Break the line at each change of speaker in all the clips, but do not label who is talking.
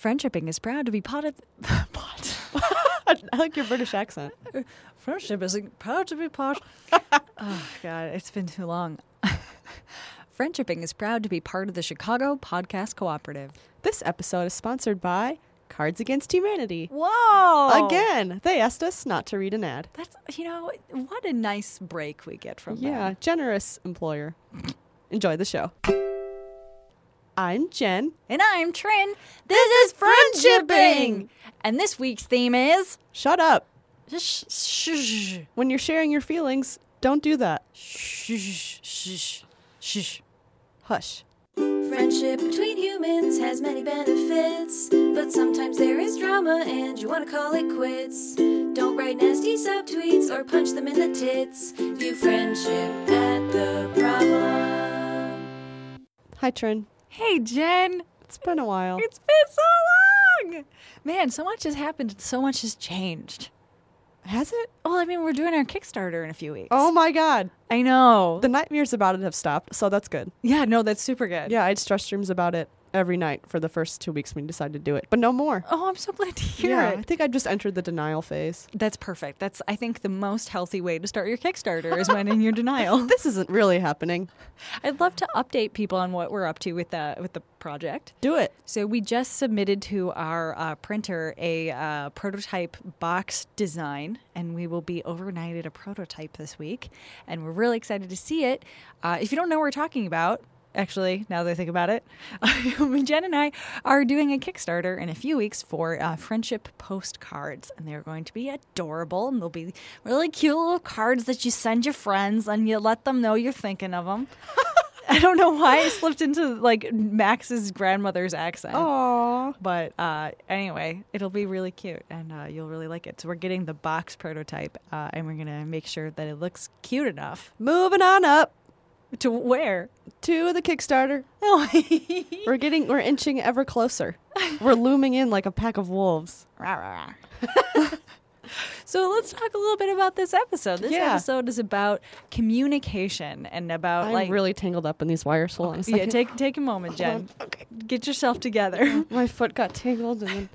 Friendshipping is proud to be part of. Part.
I like your British accent.
Friendship is proud to be part. oh God, it's been too long. Friendshipping is proud to be part of the Chicago Podcast Cooperative.
This episode is sponsored by Cards Against Humanity.
Whoa!
Again, they asked us not to read an ad.
that's you know what a nice break we get from
Yeah,
them.
generous employer. Enjoy the show. I'm Jen.
And I'm Trin. This, is friendshipping,
Friendshipping!
and this week's theme is
Shut up.
shh shh
When you're sharing your feelings, don't do that.
shh shh shh.
Hush.
Friendship between humans has many benefits, but sometimes there is drama and you want to call it quits. Don't write nasty subtweets or punch them in the tits. View friendship at the problem.
Hi, Trin.
Hey Jen,
It's been a while.
it's been so long. Man, so much has happened. and So much has changed.
Has it?
Well, I mean, we're doing our Kickstarter in a few weeks.
Oh my god.
I know.
The nightmares about it have stopped, so that's good.
yeah, no, that's super good.
Yeah, I had stress dreams about it every night for the first two weeks when we decided to do it, but no more.
Oh, I'm so glad to hear
yeah, I
it.
think I just entered the denial phase.
That's perfect. That's I think the most healthy way to start your Kickstarter is when in your denial.
This isn't really happening.
I'd love to update people on what we're up to with the with the project.
Do it.
So we just submitted to our uh, printer a uh, prototype box design, and we will be overnighted a prototype this week, and we're really excited to see it. Uh, if you don't know what we're talking about. Actually, now that I think about it, Jen and I are doing a Kickstarter in a few weeks for uh, friendship postcards, and they're going to be adorable, and they'll be really cute little cards that you send your friends, and you let them know you're thinking of them. I don't know why I slipped into like Max's grandmother's accent.
Oh, Aww.
But uh, anyway, it'll be really cute and uh, you'll really like it. So we're getting the box prototype uh, and we're going to make sure that it looks cute enough
Moving on up
to wear.
to the Kickstarter.
Rah,
We're getting we're inching ever closer. We're looming in like a pack of wolves.
rah, rah. so let's talk a little bit about this episode. This
Yeah.
episode is about communication and about
I'm
Uh, like
really tangled up in these wires. Hold on a second.
yeah, take take a moment, Jen.
Okay. Mm-hmm.
Get yourself together.
My foot got tangled and then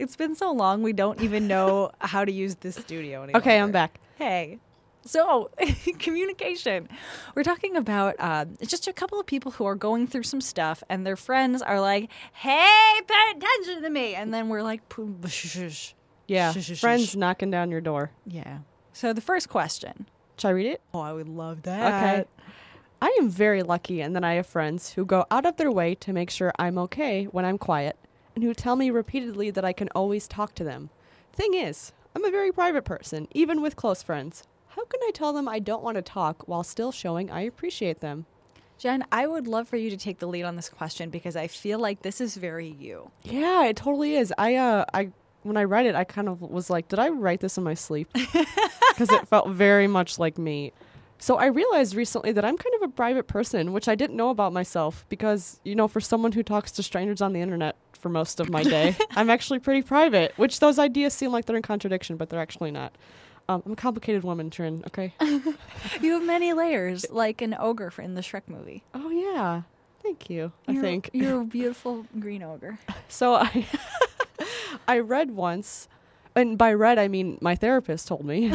It's been so long, we don't even know how to use this studio anymore.
Okay, I'm back.
Hey. So, communication. We're talking about uh, just a couple of people who are going through some stuff, and their friends are like, hey, pay attention to me. And then we're like, "Poo- shh, shh, shh."
Yeah.
Shh, shh, shh,
Friends
shh.
knocking down your door.
Yeah. So, the first question.
Should I read it?
Oh, I would love
Okay. I am very lucky and then I have friends who go out of their way to make sure I'm okay when I'm quiet and who tell me repeatedly that I can always talk to them. Thing is, I'm a very private person, even with close friends. How can I tell them I don't want to talk while still showing I appreciate them?
Jen, I would love for you to take the lead on this question because I feel like this is very you.
Yeah, it totally is. I uh I when I read it, I kind of was like, did I write this in my sleep? Cuz it felt very much like me. So I realized recently that I'm kind of a private person, which I didn't know about myself because, you know, for someone who talks to strangers on the internet for most of my day, I'm actually pretty private, which those ideas seem like they're in contradiction, but they're actually not. Um, I'm a complicated woman, Trin, okay?
You have many layers, like an ogre in the Shrek movie.
oh, yeah. Thank you, I
You're-
think.
You're a beautiful green ogre.
So I, I read once, and by read I mean my therapist told me.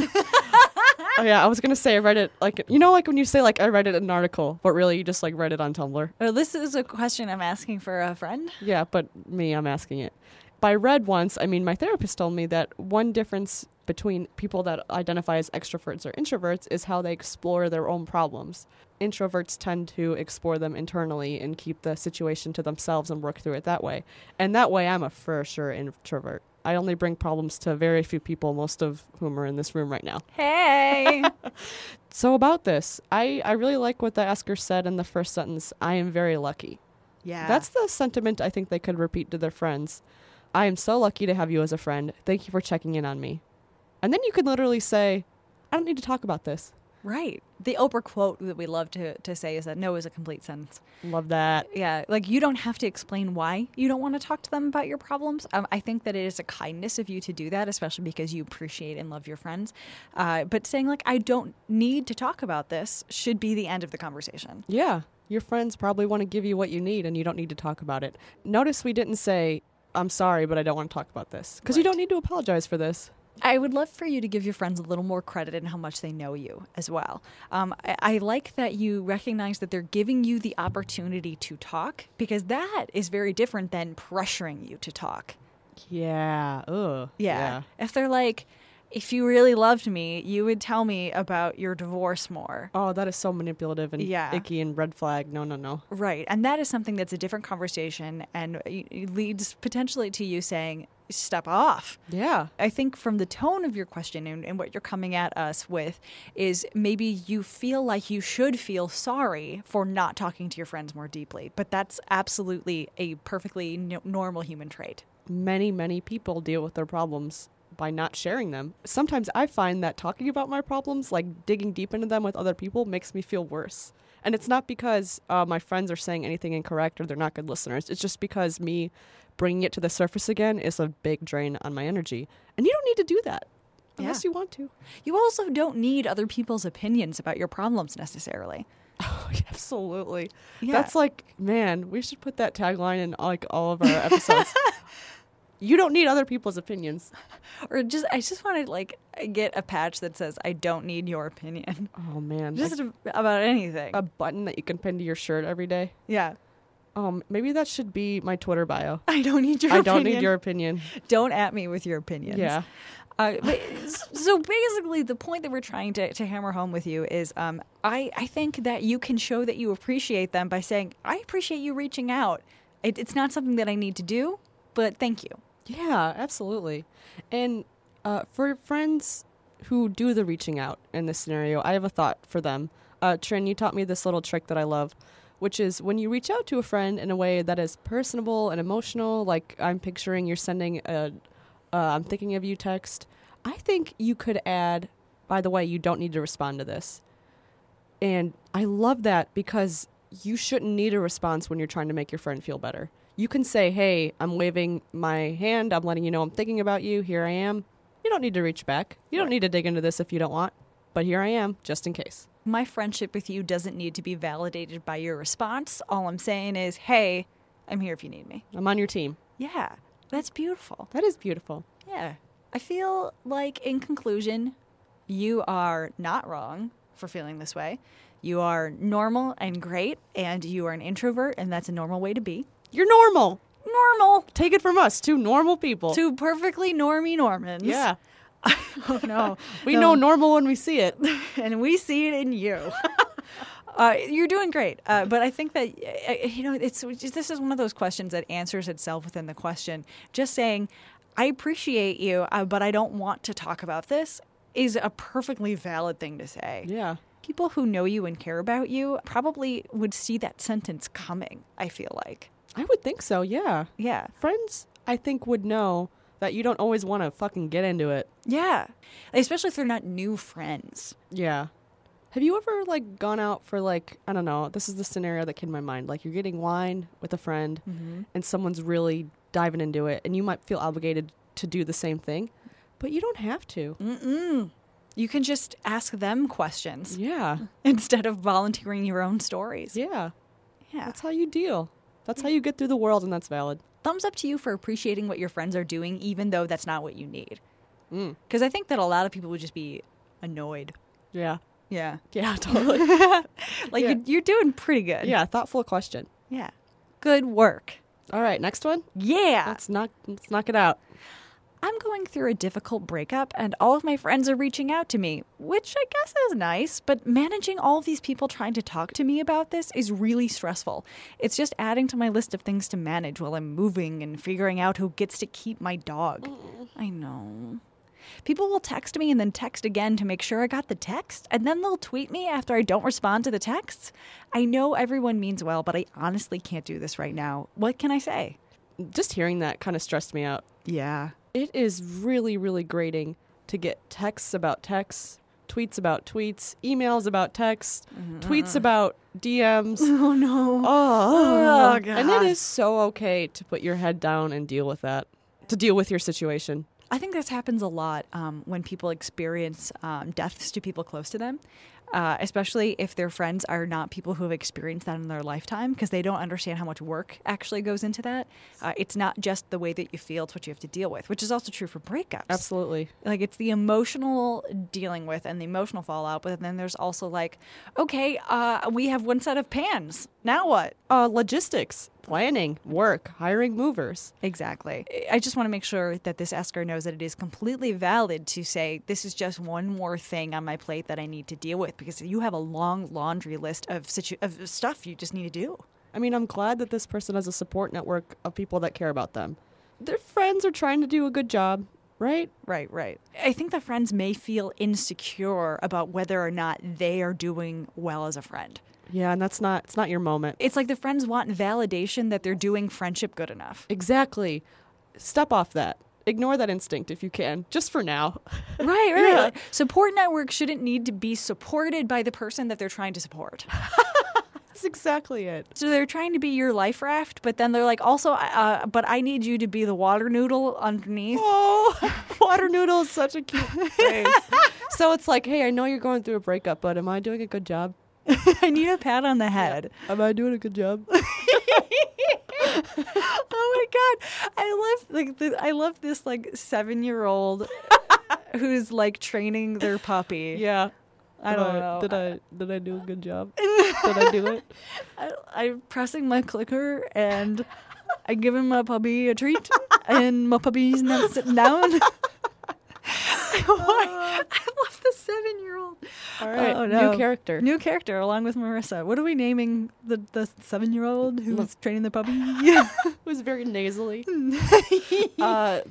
Oh, yeah, I was gonna say I read it like you know like when you say like I read it in an article, but really you just like read it on Tumblr.
Well, this is a question I'm asking for a friend.
Yeah, but me, I'm asking it. By read once, I mean my therapist told me that one difference between people that identify as extroverts or introverts is how they explore their own problems. Introverts tend to explore them internally and keep the situation to themselves and work through it that way. And that way, I'm a for sure introvert. I only bring problems to very few people, most of whom are in this room right now.
Hey.
So, about this, I, I really like what the asker said in the first sentence I am very lucky.
yeah.
That's the sentiment I think they could repeat to their friends. I am so lucky to have you as a friend. Thank you for checking in on me. And then you can literally say, I don't need to talk about this.
right. The Oprah quote that we love to, to say is that no is a complete sentence.
Love that.
Yeah. Like you don't have to explain why you don't want to talk to them about your problems. Um, I think that it is a kindness of you to do that, especially because you appreciate and love your friends. Uh, but saying, like, I don't need to talk about this should be the end of the conversation.
Yeah. Your friends probably want to give you what you need and you don't need to talk about it. Notice we didn't say, I'm sorry, but I don't want to talk about this. Because you
Right.
don't need to apologize for this.
I would love for you to give your friends a little more credit in how much they know you as well. Um, I, I like that you recognize that they're giving you the opportunity to talk because that is very different than pressuring you to talk.
Yeah. Ugh.
Yeah. If they're like, if you really loved me, you would tell me about your divorce more.
Oh, that is so manipulative and
Yeah.
icky and red flag. No, no, no.
Right. And that is something that's a different conversation and it it leads potentially to you saying, step off.
Yeah.
I think from the tone of your question and, and what you're coming at us with is maybe you feel like you should feel sorry for not talking to your friends more deeply, but that's absolutely a perfectly n- normal human trait.
Many, many people deal with their problems by not sharing them. Sometimes I find that talking about my problems, like digging deep into them with other people, makes me feel worse. And it's not because uh, my friends are saying anything incorrect or they're not good listeners. It's just because me bringing it to the surface again is a big drain on my energy. And you don't need to do that unless
Yeah.
you want to.
You also don't need other people's opinions about your problems necessarily.
Oh, Absolutely.
Yeah.
That's like, man, we should put that tagline in like all of our episodes. you don't need other people's opinions.
Or just I just want to like get a patch that says I don't need your opinion.
Oh man. Like
Just about anything.
a button that you can pin to your shirt every day.
yeah.
Um maybe that should be my Twitter bio.
I don't need your
I
opinion.
don't need your opinion.
Don't at me with your opinions.
Yeah.
Uh, but, so basically, the point that we're trying to, to hammer home with you is um, I, I think that you can show that you appreciate them by saying, I appreciate you reaching out. It, it's not something that I need to do, but thank you.
Yeah, absolutely. And uh, for friends who do the reaching out in this scenario, I have a thought for them. Uh, Trin, you taught me this little trick that I love, which is when you reach out to a friend in a way that is personable and emotional, like I'm picturing you're sending a uh, I'm thinking of you text, I think you could add, by the way, you don't need to respond to this. And I love that because you shouldn't need a response when you're trying to make your friend feel better. You can say, hey, I'm waving my hand. I'm letting you know I'm thinking about you. Here I am. You don't need to reach back. You don't need to dig into this if you don't want, but here I am just in case.
My friendship with you doesn't need to be validated by your response. All I'm saying is, hey, I'm here if you need me.
I'm on your team.
Yeah, that's beautiful.
That is beautiful.
Yeah. I feel like, in conclusion, you are not wrong for feeling this way. You are normal and great, and you are an introvert, and that's a normal way to be.
You're normal.
Normal
Take it from us, two normal people.
to perfectly normie Normans.
yeah.
Oh, no.
We
No.
know normal when we see it.
and we see it in you. Uh, you're doing great, uh, but I think that uh, you know it's this is one of those questions that answers itself within the question. Just saying, I appreciate you, uh, but I don't want to talk about this is a perfectly valid thing to say.
yeah.
People who know you and care about you probably would see that sentence coming. I feel like,
I would think so, yeah.
yeah,
Friends, I think, would know that you don't always want to fucking get into it.
yeah, especially if they're not new friends.
Yeah. Have you ever like gone out for like I don't know? This is the scenario that came to my mind. Like you're getting wine with a friend, and someone's really diving into it, and you might feel obligated to do the same thing, but you don't have to.
Mm. You can just ask them questions
Yeah,
instead of volunteering your own stories.
yeah.
Yeah.
That's how you deal. That's how you get through the world, and that's valid.
thumbs up to you for appreciating what your friends are doing, even though that's not what you need. Because I think that a lot of people would just be annoyed.
Yeah,
Yeah.
yeah, totally.
Like
Yeah.
You're, you're doing pretty good.
yeah, thoughtful question.
Yeah. Good work.
All right, next one.
Yeah.
Let's knock. Let's knock it out.
I'm going through a difficult breakup and all of my friends are reaching out to me, which I guess is nice, but managing all of these people trying to talk to me about this is really stressful. It's just adding to my list of things to manage while I'm moving and figuring out who gets to keep my dog. I know. People will text me and then text again to make sure I got the text, and then they'll tweet me after I don't respond to the texts. I know everyone means well, but I honestly can't do this right now. What can I say?
Just hearing that kind of stressed me out.
Yeah.
It is really, really grating to get texts about texts, tweets about tweets, emails about texts, tweets about DMs.
Oh no.
oh,
Oh,
and it
God.
is so okay to put your head down and deal with that, to deal with your situation.
I think this happens a lot um, when people experience um, deaths to people close to them. uh, especially if their friends are not people who have experienced that in their lifetime because they don't understand how much work actually goes into that. Uh, it's not just the way that you feel, it's what you have to deal with, which is also true for breakups.
Absolutely.
Like it's the emotional dealing with and the emotional fallout, but then there's also like, okay, uh, we have one set of pans. Now what?
Uh, logistics, planning, work, hiring movers.
Exactly. I just want to make sure that this asker knows that it is completely valid to say, this is just one more thing on my plate that I need to deal with because you have a long laundry list of, situ- of stuff you just need to do.
I mean, I'm glad that this person has a support network of people that care about them. Their friends are trying to do a good job, right?
Right, right. I think the friends may feel insecure about whether or not they are doing well as a friend.
Yeah, and that's not it's not your moment.
It's like the friends want validation that they're doing friendship good enough.
Exactly. Step off that. Ignore that instinct if you can, just for now.
Right, right.
Yeah.
Like, support networks shouldn't need to be supported by the person that they're trying to support.
That's exactly it.
So they're trying to be your life raft, but then they're like, also, uh, but I need you to be the water noodle underneath.
Oh, water noodle is such a cute phrase. so it's like, hey, I know you're going through a breakup, but am I doing a good job?
I need a pat on the head.
Am I doing a good job?
oh my god, I love like the, I love this like seven year old who's like training their puppy.
yeah.
I
Did
don't know.
Did I did I do a good job? did I do it?
I, I'm pressing my clicker and I give him my puppy a treat, and my puppy's now sitting down. Why? I love the seven year old.
All right.
Oh, no.
New character.
New character along with Marissa. What are we naming the, the seven year old who's training the puppy? Yeah.
it was very nasally. uh,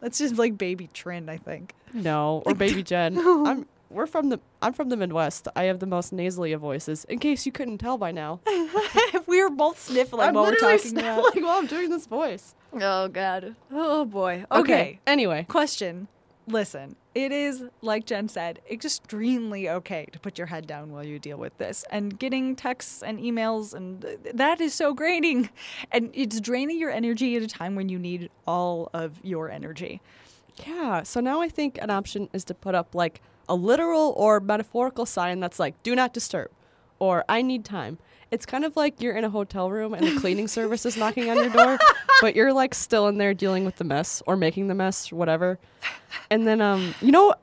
That's just like baby trend, I think.
no, or baby Jen. I'm we're from the I'm from the Midwest. I have the most nasally of voices. In case you couldn't tell by now,
If we were both sniffling
I'm
while we're
literally
talking about.
sniffling while I'm doing this voice.
Oh, God. Oh, boy. okay.
Anyway,
Question. Listen, it is, like Jen said, extremely okay to put your head down while you deal with this. And getting texts and emails, and that is so draining. And it's draining your energy at a time when you need all of your energy.
Yeah. So now I think an option is to put up like a literal or metaphorical sign that's like, do not disturb or I need time. It's kind of like you're in a hotel room and the cleaning service is knocking on your door, but you're like still in there dealing with the mess or making the mess, whatever. And then, um, you know,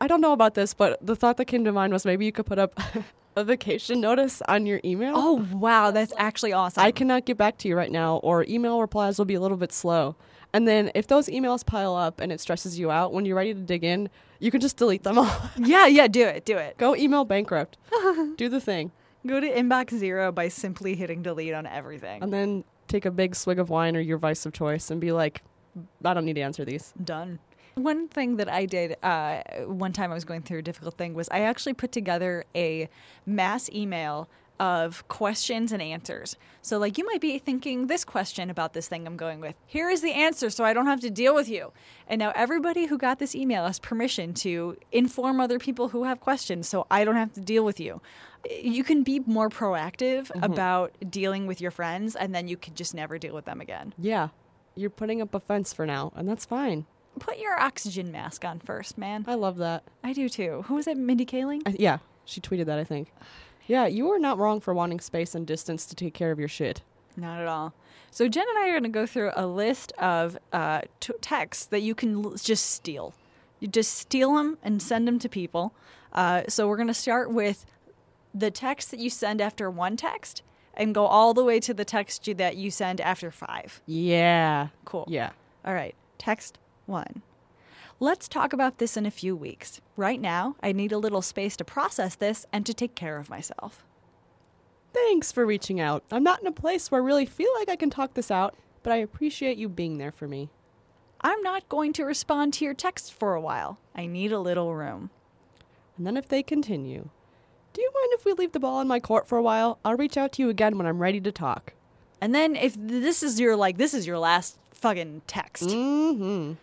I don't know about this, but the thought that came to mind was maybe you could put up a vacation notice on your email.
Oh, wow. That's actually awesome.
I cannot get back to you right now, or email replies will be a little bit slow. And then if those emails pile up and it stresses you out, when you're ready to dig in, you can just delete them all.
yeah, yeah, do it. Do it.
Go email bankrupt. Do the thing.
Go to inbox zero by simply hitting delete on everything.
And then take a big swig of wine or your vice of choice and be like, I don't need to answer these.
done. One thing that I did uh, one time I was going through a difficult thing was I actually put together a mass email of questions and answers. So, like, you might be thinking this question about this thing I'm going with. Here is the answer, so I don't have to deal with you. And now everybody who got this email has permission to inform other people who have questions, so I don't have to deal with you. You can be more proactive about dealing with your friends, and then you could just never deal with them again.
Yeah. You're putting up a fence for now, and that's fine.
Put your oxygen mask on first, man.
I love that.
I do too. Who was that? Mindy Kaling?
I, yeah. She tweeted that, I think. Yeah, you are not wrong for wanting space and distance to take care of your shit.
Not at all. So Jen and I are going to go through a list of uh, t- texts that you can l- just steal. You just steal them and send them to people. Uh, so we're going to start with the text that you send after one text and go all the way to the text you, that you send after five.
Yeah.
Cool.
Yeah.
All right. Text one. Let's talk about this in a few weeks. Right now, I need a little space to process this and to take care of myself.
Thanks for reaching out. I'm not in a place where I really feel like I can talk this out, but I appreciate you being there for me.
I'm not going to respond to your texts for a while. I need a little room.
And then if they continue, do you mind if we leave the ball in my court for a while? I'll reach out to you again when I'm ready to talk.
And then if this is your like this is your last fucking text.
Mm-hmm.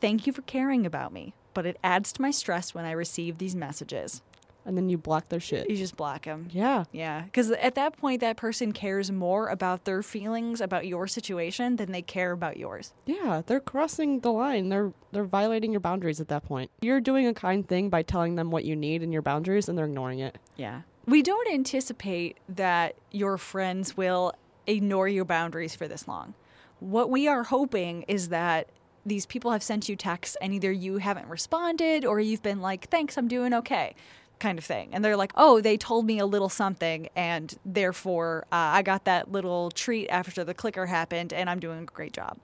Thank you for caring about me, but it adds to my stress when I receive these messages.
and then you block their shit.
You just block them.
Yeah.
Yeah, because at that point, that person cares more about their feelings about your situation than they care about yours.
Yeah, they're crossing the line. They're they're violating your boundaries at that point. You're doing a kind thing by telling them what you need and your boundaries and they're ignoring it.
Yeah. We don't anticipate that your friends will ignore your boundaries for this long. What we are hoping is that these people have sent you texts and either you haven't responded or you've been like, thanks, I'm doing okay, kind of thing. And they're like, oh, they told me a little something and therefore uh, I got that little treat after the clicker happened and I'm doing a great job.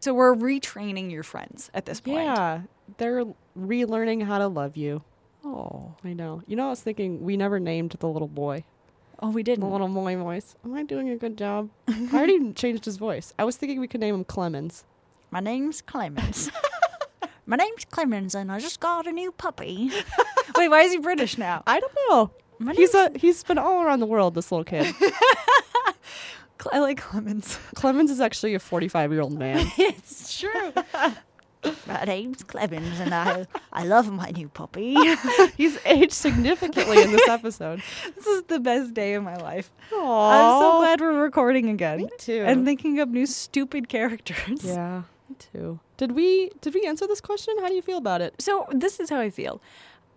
So we're retraining your friends at this point.
Yeah, they're relearning how to love you. Oh, I know. You know, I was thinking we never named the little boy,
Oh, we
the
didn't.
little boy voice. Mm. Am I doing a good job? I already changed his voice. I was thinking we could name him Clemens.
My name's Clemens. My name's Clemens, and I just got a new puppy. Wait, why is he British now?
I don't know.
My
He's a he's been all around the world. This little kid.
Cle- I like Clemens.
Clemens is actually a 45 year old man.
it's true. My name's Clemens, and I I love my new puppy.
He's aged significantly in this episode.
this is the best day of my life.
Aww.
I'm so glad we're recording again.
Me too.
And thinking up new stupid characters.
Yeah, me too. Did we did we answer this question? How do you feel about it?
So this is how I feel.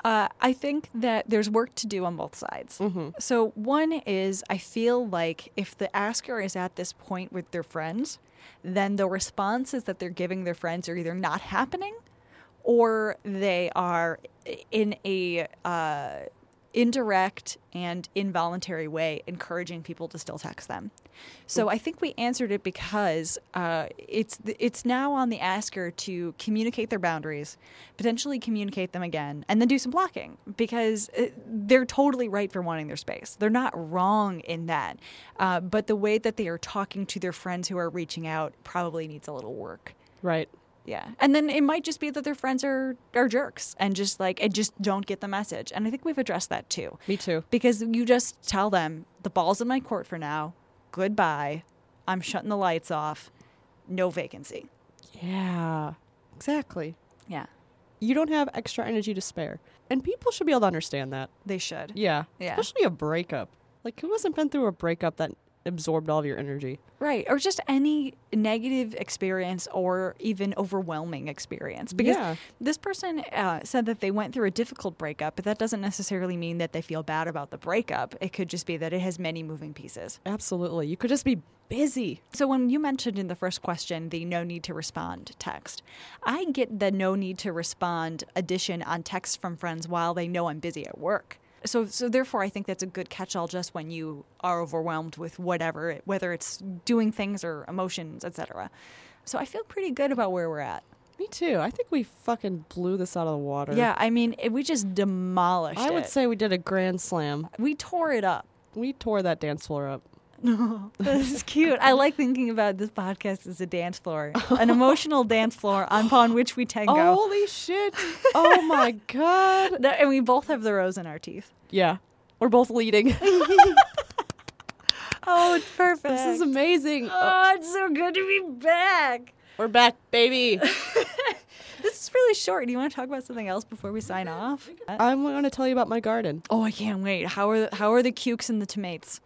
Uh, I think that there's work to do on both sides. So one is I feel like if the asker is at this point with their friends, then the responses that they're giving their friends are either not happening, or they are in a uh, indirect and involuntary way encouraging people to still text them. So I think we answered it because uh, it's th- it's now on the asker to communicate their boundaries, potentially communicate them again, and then do some blocking because uh, they're totally right for wanting their space. They're not wrong in that, uh, but the way that they are talking to their friends who are reaching out probably needs a little work.
Right.
Yeah. And then it might just be that their friends are, are jerks and just like, and just don't get the message. And I think we've addressed that too.
Me too.
Because you just tell them, the ball's in my court for now. Goodbye. I'm shutting the lights off. No vacancy.
Yeah. Exactly.
Yeah.
You don't have extra energy to spare. And people should be able to understand that.
They should.
Yeah.
Yeah.
Especially a breakup. Like who hasn't been through a breakup that absorbed all of your energy?
Right. Or just any negative experience or even overwhelming experience. Because
Yeah.
this person uh, said that they went through a difficult breakup, but that doesn't necessarily mean that they feel bad about the breakup. It could just be that it has many moving pieces.
Absolutely. You could just be busy.
So when you mentioned in the first question the no need to respond text, I get the no need to respond addition on texts from friends while they know I'm busy at work. So so therefore I think that's a good catch-all just when you are overwhelmed with whatever, it- whether it's doing things or emotions, etc. So I feel pretty good about where we're at.
Me too. I think we fucking blew this out of the water.
Yeah, I mean, it, we just demolished
I would
it.
say we did a grand slam.
we tore it up.
We tore that dance floor up.
This is cute. I like thinking about this podcast as a dance floor, an emotional dance floor upon which we tango.
Holy shit. Oh my god.
That- and we both have the rose in our teeth.
Yeah. We're both leading.
Oh, it's perfect.
this is amazing.
oh, it's so good to be back.
We're back, baby.
This is really short. Do you want to talk about something else before we sign off?
I'm going to tell you about my garden.
Oh, I can't wait. How are the, how are the cukes and the tomatoes?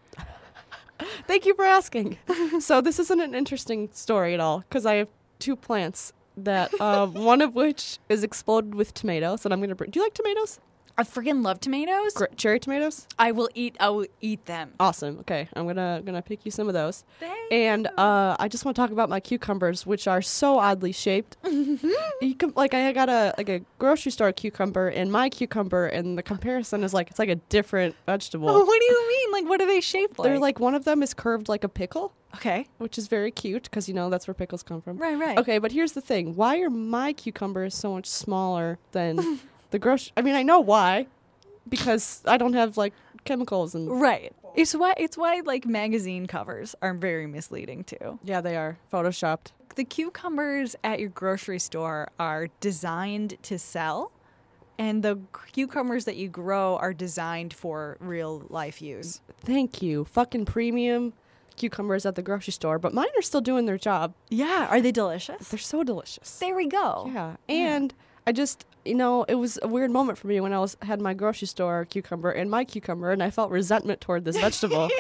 Thank you for asking. so, this isn't an interesting story at all because I have two plants that uh, one of which is exploded with tomatoes. And I'm going to bring. Do you like tomatoes?
I freaking love tomatoes. Oh.
Gr- cherry tomatoes?
I will eat. I will eat them.
Awesome. Okay. I'm going to gonna pick you some of those.
Thank
And uh, I just want to talk about my cucumbers, which are so oddly shaped. you can, like I got a like a grocery store cucumber and my cucumber, and the comparison is like it's like a different vegetable.
what do you mean? Like, what are they shaped Oh, like?
They're like one of them is curved like a pickle,
okay,
which is very cute because you know that's where pickles come from.
right, right.
Okay, but here's the thing: why are my cucumbers so much smaller than the grocery? I mean, I know why, because I don't have like chemicals and
right. It's why it's why like magazine covers are very misleading too.
yeah, they are photoshopped.
the cucumbers at your grocery store are designed to sell and the cucumbers that you grow are designed for real life use
Thank you, fucking premium cucumbers at the grocery store, but mine are still doing their job.
yeah are they delicious
They're so delicious.
there we go
Yeah, and I just, you know, it was a weird moment for me when I was had my grocery store cucumber and my cucumber, and I felt resentment toward this vegetable.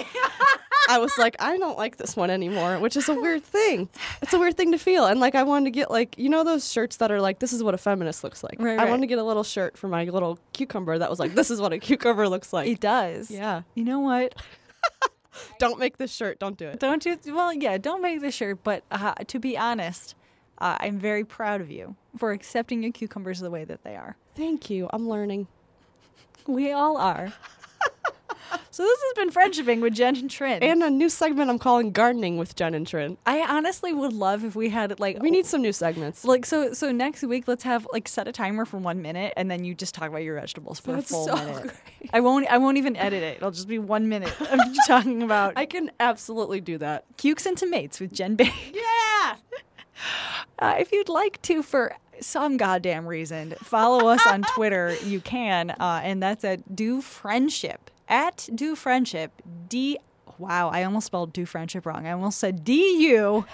I was like, I don't like this one anymore, which is a weird thing. It's a weird thing to feel. And like, I wanted to get like, you know, those shirts that are like, this is what a feminist looks like.
Right,
I
right.
wanted to get a little shirt for my little cucumber that was like, this is what a cucumber looks like.
It does.
yeah.
You know what?
Don't make this shirt. Don't do it.
Don't you? Well, yeah, don't make the shirt. But uh, to be honest, uh, I'm very proud of you for accepting your cucumbers the way that they are.
Thank you. I'm learning.
We all are. so this has been friendshiping with Jen and Trin.
And a new segment I'm calling Gardening with Jen and Trin.
I honestly would love if we had like
We need some new segments.
like so so next week let's have like set a timer for one minute and then you just talk about your vegetables for
That's
a full
so
minute. I won't I won't even edit it. It'll just be one minute of you talking about
I can absolutely do that.
Cukes and Tomates with Jen Bay.
Yeah.
Uh, if you'd like to, for some goddamn reason, follow us on Twitter, you can. Uh, and that's at Do Friendship. At Do Friendship. D. Wow, I almost spelled Do Friendship wrong. I almost said D U,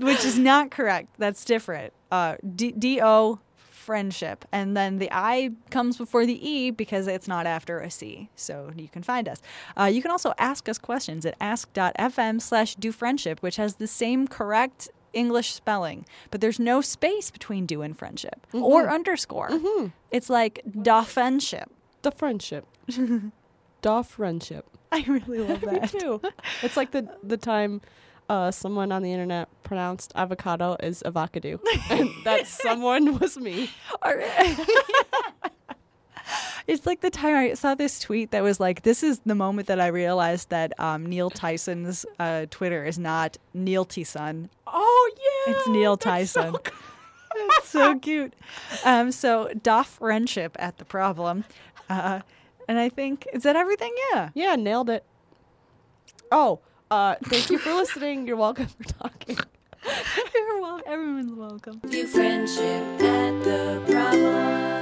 which is not correct. That's different. Uh, D D O Friendship. And then the I comes before the E because it's not after a C. So you can find us. Uh, you can also ask us questions at ask.fm slash do friendship, which has the same correct English spelling, but there's no space between do and friendship or underscore. It's like da friendship.
The friendship. da friendship.
I really love
Me
that.
too. It's like the the time uh, someone on the internet pronounced avocado as avocado, and that someone was me.
All right. It's like the time I saw this tweet that was like, "This is the moment that I realized that um, Neil Tyson's uh, Twitter is not Neil Tyson,
Oh yeah,
It's Neil
that's so
Tyson.
good.
That's so cute. Um, so doff friendship at the problem, uh, and I think is that everything. Yeah.
yeah, nailed it. Oh, uh, thank you for listening. You're welcome for talking.
You're welcome. Everyone's welcome.
View friendship at the problem.